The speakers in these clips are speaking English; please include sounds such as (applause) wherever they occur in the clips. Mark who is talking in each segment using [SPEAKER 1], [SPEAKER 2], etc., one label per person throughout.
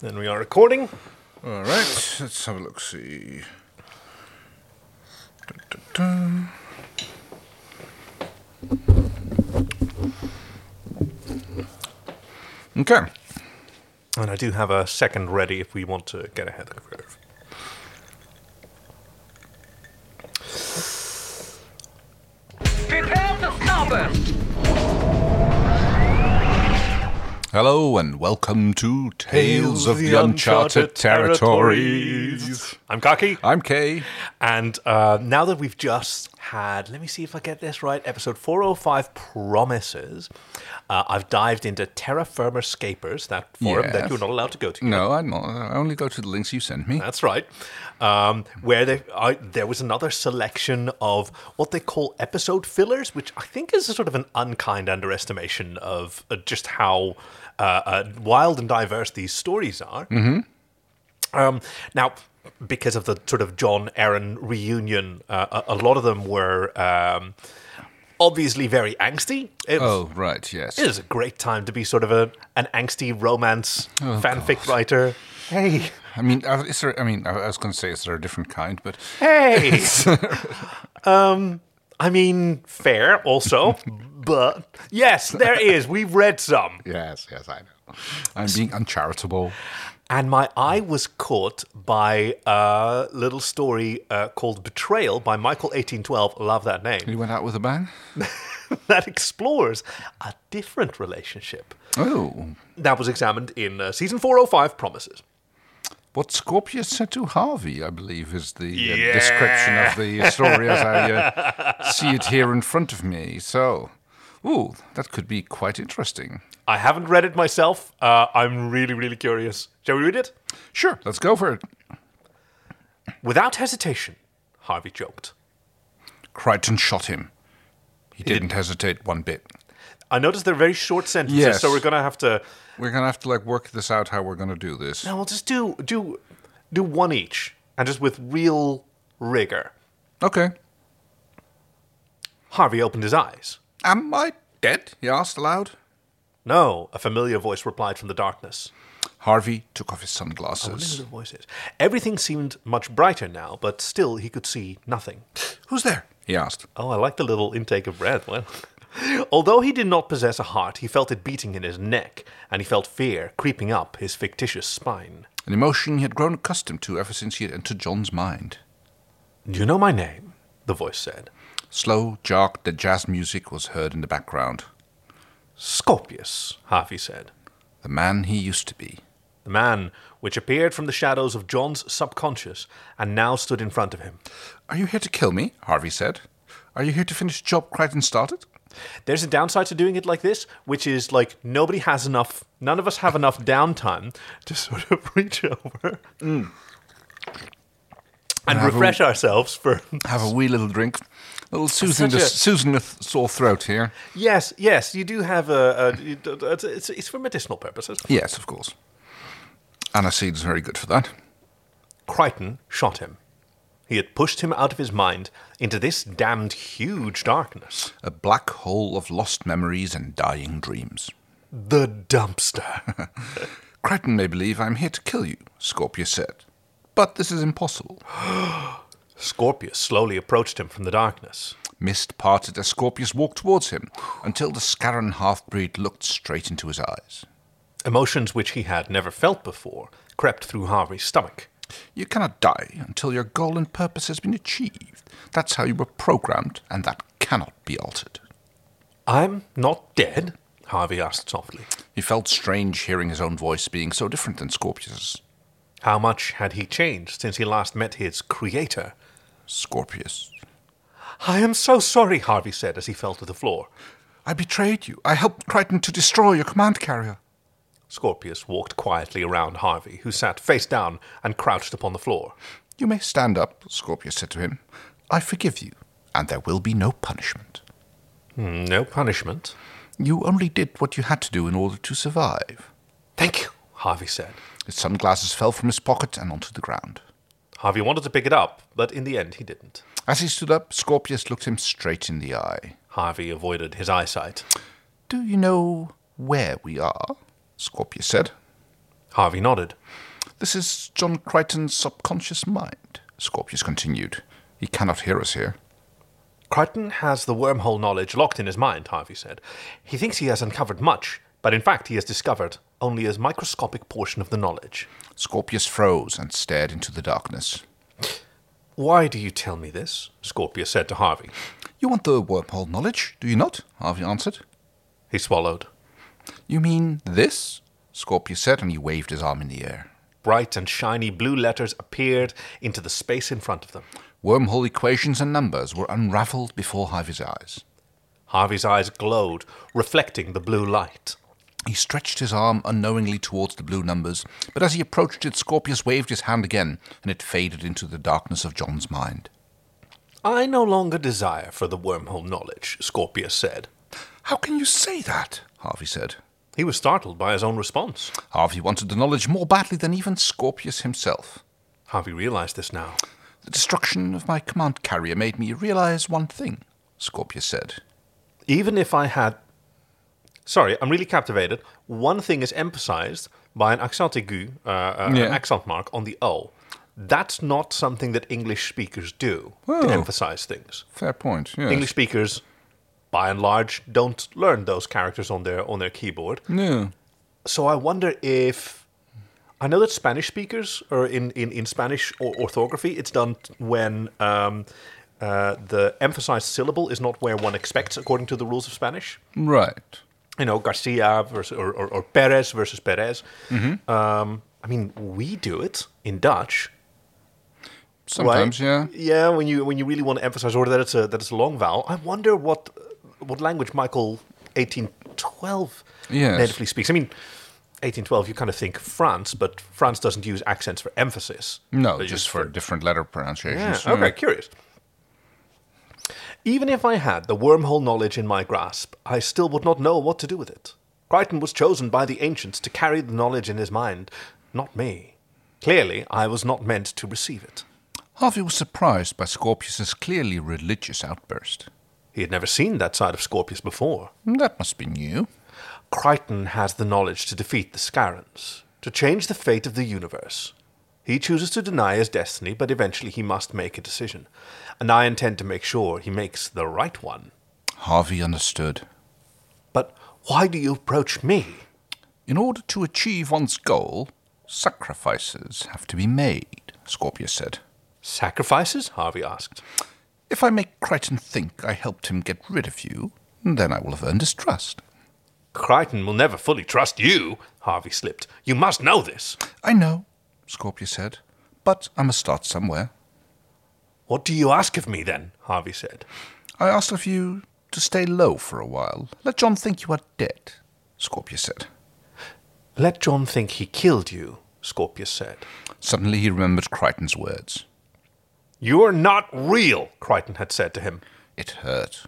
[SPEAKER 1] Then we are recording.
[SPEAKER 2] All right, let's have a look. See. Dun, dun, dun. Okay.
[SPEAKER 1] And I do have a second ready if we want to get ahead of the curve.
[SPEAKER 3] Prepare to starboard.
[SPEAKER 2] Hello and welcome to Tales of the Uncharted Territories.
[SPEAKER 1] I'm Kaki.
[SPEAKER 2] I'm Kay.
[SPEAKER 1] And uh, now that we've just had, let me see if I get this right, episode 405 Promises, uh, I've dived into Terra Firma Scapers, that forum that
[SPEAKER 2] Yes.
[SPEAKER 1] you're not allowed to go to.
[SPEAKER 2] No, I'm not. I only go to the links you send me.
[SPEAKER 1] That's right. Um, where they, I, there was another selection of what they call episode fillers, which I think is a sort of an unkind underestimation of uh, just how uh, uh, wild and diverse these stories are. Um, now, because of the sort of John Aaron reunion, uh, a, a lot of them were um, obviously very angsty. It was-
[SPEAKER 2] Oh, right, yes.
[SPEAKER 1] it is a great time to be sort of a, an angsty romance fanfic writer. Hey,
[SPEAKER 2] I mean, uh, is there, I mean, I I was going to say, is there a different kind? But
[SPEAKER 1] Hey. um, I mean, fair also, but yes, there is. We've read some.
[SPEAKER 2] yes, yes, I know. I'm being uncharitable.
[SPEAKER 1] And my eye was caught by a little story uh, called Betrayal by Michael1812. Love that name.
[SPEAKER 2] (laughs) You went out with a bang.
[SPEAKER 1] that explores a different relationship
[SPEAKER 2] Oh,
[SPEAKER 1] that was examined in uh, season 405 Promises.
[SPEAKER 2] What Scorpius said to Harvey, I believe, is the uh, description of the story as I uh, see it here in front of me. So, ooh, that could be quite interesting.
[SPEAKER 1] I haven't read it myself. Uh, I'm really, really curious. Shall we read it?
[SPEAKER 2] Sure, let's go for it,
[SPEAKER 1] Without hesitation, Harvey joked.
[SPEAKER 2] Crichton shot him. He didn't hesitate one bit.
[SPEAKER 1] I noticed they're very short sentences,
[SPEAKER 2] Yes.
[SPEAKER 1] so we're going to have to
[SPEAKER 2] We're gonna have to like work this out how we're gonna do this.
[SPEAKER 1] No, we'll just do do do one each, and just with real rigor.
[SPEAKER 2] Okay.
[SPEAKER 1] Harvey opened his eyes.
[SPEAKER 2] Am I dead? He asked aloud.
[SPEAKER 1] No, a familiar voice replied from the darkness.
[SPEAKER 2] Harvey took off his
[SPEAKER 1] I wonder who
[SPEAKER 2] sunglasses.
[SPEAKER 1] the voice is. Everything seemed much brighter now, but still he could see nothing.
[SPEAKER 2] Who's there? He asked.
[SPEAKER 1] Oh, I like the little intake of breath. Well, (laughs) although he did not possess a heart, he felt it beating in his neck, and he felt fear creeping up his fictitious spine.
[SPEAKER 2] An emotion he had grown accustomed to ever since he had entered John's mind.
[SPEAKER 1] Do you know my name? The voice said.
[SPEAKER 2] Slow, jark, the jazz music was heard in the background.
[SPEAKER 1] Scorpius, Harvey said.
[SPEAKER 2] The man he used to be.
[SPEAKER 1] The man, which appeared from the shadows of John's subconscious and now stood in front of him.
[SPEAKER 2] Are you here to kill me? Harvey said. Are you here to finish the job Crichton started?
[SPEAKER 1] There's a downside to doing it like this, which is like nobody has enough, none of us have enough downtime to sort of (laughs) reach over and
[SPEAKER 2] Have a-
[SPEAKER 1] refresh ourselves for.
[SPEAKER 2] Have a wee little drink. little soothing,
[SPEAKER 1] such
[SPEAKER 2] the,
[SPEAKER 1] a-
[SPEAKER 2] soothing the th- sore throat here.
[SPEAKER 1] (laughs) yes, yes, you do have a. a it's, it's, it's for medicinal purposes.
[SPEAKER 2] Yes, of course. Aniseed is very good for that.
[SPEAKER 1] Crichton shot him. He had pushed him out of his mind into this damned huge darkness.
[SPEAKER 2] A black hole of lost memories and dying dreams.
[SPEAKER 1] The dumpster.
[SPEAKER 2] Crichton may believe I'm here to kill you, Scorpius said. But this is impossible.
[SPEAKER 1] Scorpius slowly approached him from the darkness.
[SPEAKER 2] Mist parted as Scorpius walked towards him until the Scarran half breed looked straight into his eyes.
[SPEAKER 1] Emotions which he had never felt before crept through Harvey's stomach.
[SPEAKER 2] You cannot die until your goal and purpose has been achieved. That's how you were programmed, and that cannot be altered.
[SPEAKER 1] I'm not dead, Harvey asked softly.
[SPEAKER 2] He felt strange hearing his own voice being so different than Scorpius's.
[SPEAKER 1] How much had he changed since he last met his creator?
[SPEAKER 2] Scorpius.
[SPEAKER 1] I am so sorry, Harvey said as he fell to the floor.
[SPEAKER 2] I betrayed you. I helped Crichton to destroy your command carrier.
[SPEAKER 1] Scorpius walked quietly around Harvey, who sat face down and crouched upon the floor.
[SPEAKER 2] You may stand up, Scorpius said to him. I forgive you, and there will be no punishment.
[SPEAKER 1] "Hmm, No punishment.
[SPEAKER 2] You only did what you had to do in order to survive.
[SPEAKER 1] Thank you, Harvey said.
[SPEAKER 2] His sunglasses fell from his pocket and onto the ground.
[SPEAKER 1] Harvey wanted to pick it up, but in the end he didn't.
[SPEAKER 2] As he stood up, Scorpius looked him straight in the eye.
[SPEAKER 1] Harvey avoided his eyesight.
[SPEAKER 2] Do you know where we are? Scorpius said.
[SPEAKER 1] Harvey nodded.
[SPEAKER 2] This is John Crichton's subconscious mind, Scorpius continued. He cannot hear us here.
[SPEAKER 1] Crichton has the wormhole knowledge locked in his mind, Harvey said. He thinks he has uncovered much, but in fact he has discovered only a microscopic portion of the knowledge.
[SPEAKER 2] Scorpius froze and stared into the darkness.
[SPEAKER 1] Why do you tell me this? Scorpius said to Harvey.
[SPEAKER 2] You want the wormhole knowledge, do you not? Harvey answered.
[SPEAKER 1] He swallowed.
[SPEAKER 2] You mean this? Scorpius said, and he waved his arm in the air.
[SPEAKER 1] Bright and shiny blue letters appeared into the space in front of them.
[SPEAKER 2] Wormhole equations and numbers were unraveled before Harvey's eyes.
[SPEAKER 1] Harvey's eyes glowed, reflecting the blue light.
[SPEAKER 2] He stretched his arm unknowingly towards the blue numbers, but as he approached it, Scorpius waved his hand again, and it faded into the darkness of John's mind.
[SPEAKER 1] I no longer desire for the wormhole knowledge, Scorpius said.
[SPEAKER 2] How can you say that? Harvey said.
[SPEAKER 1] He was startled by his own response.
[SPEAKER 2] Harvey wanted the knowledge more badly than even Scorpius himself.
[SPEAKER 1] Harvey realized this now.
[SPEAKER 2] The destruction of my command carrier made me realize one thing, Scorpius said.
[SPEAKER 1] Even if I had. Sorry, I'm really captivated. One thing is emphasized by an accent aigu, uh, uh,
[SPEAKER 2] Yeah.
[SPEAKER 1] an accent mark on the O. That's not something that English speakers do
[SPEAKER 2] Whoa.
[SPEAKER 1] to emphasize things.
[SPEAKER 2] Fair point, Oh. yes.
[SPEAKER 1] English speakers, by and large, don't learn those characters on their on their keyboard.
[SPEAKER 2] No.
[SPEAKER 1] So I wonder if I know that Spanish speakers or in, in, in Spanish or orthography, it's done when um, uh, the emphasized syllable is not where one expects according to the rules of Spanish.
[SPEAKER 2] Right.
[SPEAKER 1] You know, Garcia versus or, or, or Perez versus Perez.
[SPEAKER 2] Mm-hmm.
[SPEAKER 1] Um, I mean, we do it in Dutch, right?
[SPEAKER 2] Sometimes, yeah.
[SPEAKER 1] yeah. When you when you really want to emphasize or that it's a that it's a long vowel. I wonder what what language Michael eighteen twelve
[SPEAKER 2] Yes.
[SPEAKER 1] natively speaks. I mean, eighteen twelve. You kind of think France, but France doesn't use accents for emphasis.
[SPEAKER 2] No,
[SPEAKER 1] They use
[SPEAKER 2] just for different letter
[SPEAKER 1] yeah.
[SPEAKER 2] pronunciations.
[SPEAKER 1] Okay. Curious. Even if I had the wormhole knowledge in my grasp, I still would not know what to do with it. Crichton was chosen by the ancients to carry the knowledge in his mind, not me. Clearly, I was not meant to receive it.
[SPEAKER 2] Harvey was surprised by Scorpius's clearly religious outburst.
[SPEAKER 1] He had never seen that side of Scorpius before.
[SPEAKER 2] That must be new.
[SPEAKER 1] Crichton has the knowledge to defeat the Scarans, to change the fate of the universe. He chooses to deny his destiny, but eventually he must make a decision. And I intend to make sure he makes the right one.
[SPEAKER 2] Harvey understood.
[SPEAKER 1] But why do you approach me?
[SPEAKER 2] In order to achieve one's goal, sacrifices have to be made, Scorpius said.
[SPEAKER 1] Sacrifices? Harvey asked.
[SPEAKER 2] If I make Crichton think I helped him get rid of you, then I will have earned his trust.
[SPEAKER 1] Crichton will never fully trust you, Harvey slipped. You must know this.
[SPEAKER 2] I know, Scorpius said, but I must start somewhere.
[SPEAKER 1] What do you ask of me then? Harvey said.
[SPEAKER 2] I asked of you to stay low for a while. Let John think you are dead, Scorpius said.
[SPEAKER 1] Let John think he killed you, Scorpius said.
[SPEAKER 2] Suddenly he remembered Crichton's words.
[SPEAKER 1] You're not real, Crichton had said to him.
[SPEAKER 2] It hurt.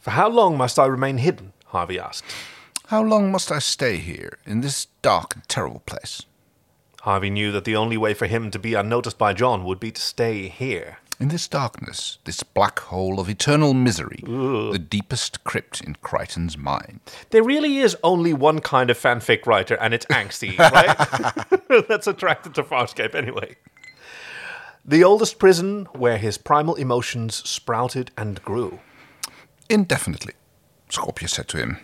[SPEAKER 1] For how long must I remain hidden? Harvey asked.
[SPEAKER 2] How long must I stay here, in this dark and terrible place?
[SPEAKER 1] Harvey knew that the only way for him to be unnoticed by John would be to stay here.
[SPEAKER 2] In this darkness, this black hole of eternal misery, the deepest crypt in Crichton's mind.
[SPEAKER 1] There really is only one kind of fanfic writer, and it's angsty, right? (laughs) That's attracted to Farscape anyway. The oldest prison where his primal emotions sprouted and grew.
[SPEAKER 2] Indefinitely, Scorpius said to him.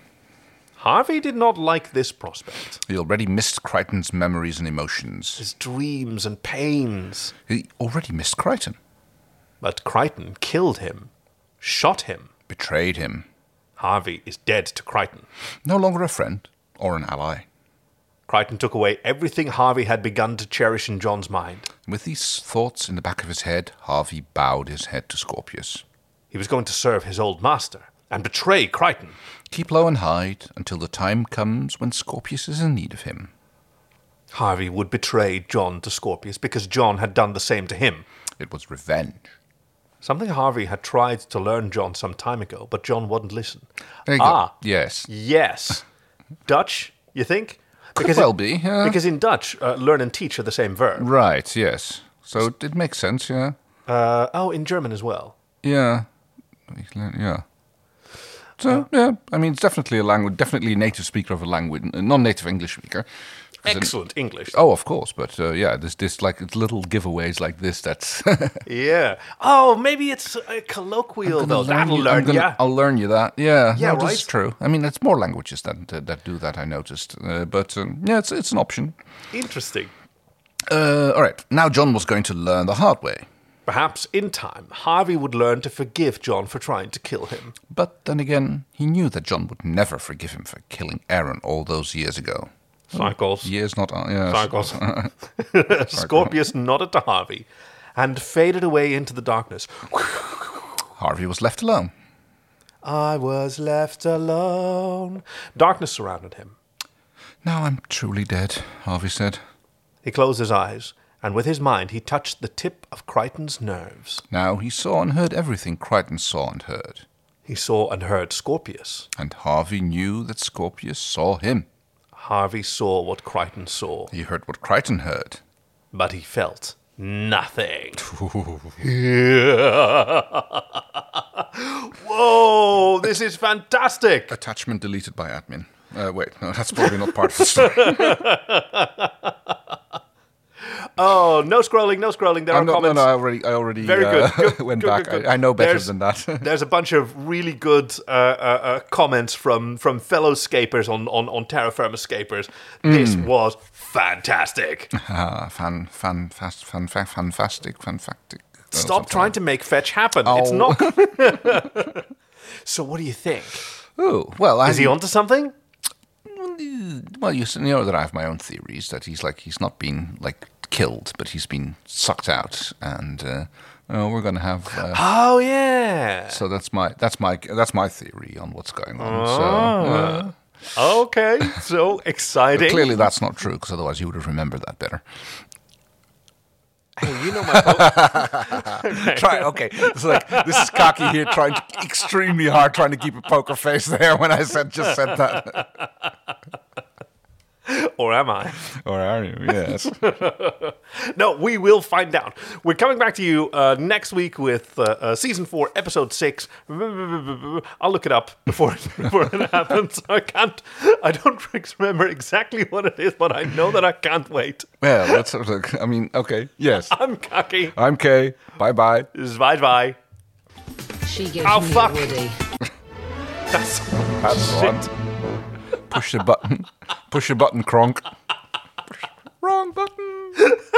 [SPEAKER 1] Harvey did not like this prospect.
[SPEAKER 2] He already missed Crichton's memories and emotions.
[SPEAKER 1] His dreams and pains.
[SPEAKER 2] He already missed Crichton,
[SPEAKER 1] But Crichton killed him, shot him.
[SPEAKER 2] betrayed him.
[SPEAKER 1] Harvey is dead to Crichton.
[SPEAKER 2] No longer a friend or an ally.
[SPEAKER 1] Crichton took away everything Harvey had begun to cherish in John's mind.
[SPEAKER 2] With these thoughts in the back of his head, Harvey bowed his head to Scorpius.
[SPEAKER 1] He was going to serve his old master and betray Crichton.
[SPEAKER 2] Keep low and hide until the time comes when Scorpius is in need of him.
[SPEAKER 1] Harvey would betray John to Scorpius because John had done the same to him.
[SPEAKER 2] It was revenge.
[SPEAKER 1] Something Harvey had tried to learn John some time ago, but John wouldn't listen.
[SPEAKER 2] There you
[SPEAKER 1] ah,
[SPEAKER 2] go. Yes.
[SPEAKER 1] yes. Dutch, you think?
[SPEAKER 2] Could
[SPEAKER 1] in-
[SPEAKER 2] well be, yeah.
[SPEAKER 1] Because in Dutch, uh, learn and teach are the same verb.
[SPEAKER 2] Right, yes. So it, it makes sense, yeah.
[SPEAKER 1] Uh, oh, in German as well.
[SPEAKER 2] Yeah. Yeah. So, yeah, I mean, it's definitely a language, definitely a native speaker of a language, a non native English speaker.
[SPEAKER 1] Excellent English.
[SPEAKER 2] Oh, of course, but uh, yeah, there's this like it's little giveaways like this. That's (laughs)
[SPEAKER 1] Yeah. Oh, maybe it's uh, colloquial though. That'll
[SPEAKER 2] you- I'm
[SPEAKER 1] learn
[SPEAKER 2] gonna-
[SPEAKER 1] ya.
[SPEAKER 2] I'll learn you that. Yeah,
[SPEAKER 1] Yeah,
[SPEAKER 2] no, this is
[SPEAKER 1] right?
[SPEAKER 2] true. I mean, it's more languages that that, that do that. I noticed, uh, but um, yeah, it's it's an option.
[SPEAKER 1] Interesting.
[SPEAKER 2] Uh, all right, now John was going to learn the hard way,
[SPEAKER 1] Perhaps in time, Harvey would learn to forgive John for trying to kill him.
[SPEAKER 2] but then again, he knew that John would never forgive him for killing Aaron all those years ago.
[SPEAKER 1] Cycles.
[SPEAKER 2] Years, not uh, yes.
[SPEAKER 1] Cycles. (laughs) Scorpius nodded to Harvey and faded away into the darkness.
[SPEAKER 2] Harvey was left alone.
[SPEAKER 1] I was left alone. Darkness surrounded him.
[SPEAKER 2] Now I'm truly dead, Harvey said.
[SPEAKER 1] He closed his eyes, and with his mind he touched the tip of Crichton's nerves.
[SPEAKER 2] Now he saw and heard everything Crichton saw and heard,
[SPEAKER 1] He saw and heard Scorpius.
[SPEAKER 2] and Harvey knew that Scorpius saw him.
[SPEAKER 1] Harvey saw what Crichton saw,
[SPEAKER 2] He heard what Crichton heard.
[SPEAKER 1] but he felt nothing. (laughs) Whoa, this is fantastic.
[SPEAKER 2] Attachment deleted by admin. Uh, wait, no, that's probably not part of the
[SPEAKER 1] (laughs)
[SPEAKER 2] story.
[SPEAKER 1] Oh, no scrolling, no scrolling. There
[SPEAKER 2] I'm
[SPEAKER 1] are
[SPEAKER 2] not, no,
[SPEAKER 1] comments.
[SPEAKER 2] no, I already, I already
[SPEAKER 1] Very
[SPEAKER 2] uh, (laughs)
[SPEAKER 1] good. Good,
[SPEAKER 2] went
[SPEAKER 1] good,
[SPEAKER 2] back.
[SPEAKER 1] good, good.
[SPEAKER 2] I, I know better
[SPEAKER 1] There's-
[SPEAKER 2] than that. (laughs)
[SPEAKER 1] There's a bunch of really good uh, uh, uh, comments from from fellow scapers on on, on Terra Firma scapers. This
[SPEAKER 2] Mm.
[SPEAKER 1] was fantastic.
[SPEAKER 2] Ah, fan, fan, fast, fan, fa- fantastic, fantastic. Oh,
[SPEAKER 1] Stop
[SPEAKER 2] something.
[SPEAKER 1] trying to make fetch happen. It's
[SPEAKER 2] Oh.
[SPEAKER 1] not.
[SPEAKER 2] (laughs)
[SPEAKER 1] (laughs) so what do you think?
[SPEAKER 2] Oh well, I,
[SPEAKER 1] Is he onto something?
[SPEAKER 2] well, you s- you know that I have my own theories that he's like he's not been like killed, but he's been sucked out, and uh, oh, we're gonna have. Uh,
[SPEAKER 1] (gasps) Oh
[SPEAKER 2] (laughs)
[SPEAKER 1] yeah.
[SPEAKER 2] So that's my that's my that's my theory on what's going on. So
[SPEAKER 1] Ah.
[SPEAKER 2] uh,
[SPEAKER 1] Okay. So exciting.
[SPEAKER 2] clearly that's not true because otherwise you would have remembered that better.
[SPEAKER 1] Hey, you know my. po-
[SPEAKER 2] (laughs) Try okay. It's like this is cocky here, trying to, extremely hard, trying to keep a poker face there when I said just said that.
[SPEAKER 1] or am I?
[SPEAKER 2] (laughs) Or are you? Yes.
[SPEAKER 1] No, we will find out. We're coming back to you uh, next week with uh, uh, season four, episode six. I'll look it up before (laughs) before it happens. I can't. I don't (laughs) remember exactly what it is, but I know that I can't wait.
[SPEAKER 2] Well, that's sort of like, I mean, okay, yes.
[SPEAKER 1] I'm cocky.
[SPEAKER 2] I'm Kay. Bye bye.
[SPEAKER 1] Zvai bye.
[SPEAKER 3] She gives
[SPEAKER 1] Oh,
[SPEAKER 3] me
[SPEAKER 1] fuck.
[SPEAKER 3] a Woody.
[SPEAKER 1] That's
[SPEAKER 2] That's on. Push the button. Push the button, Kronk. Wrong button.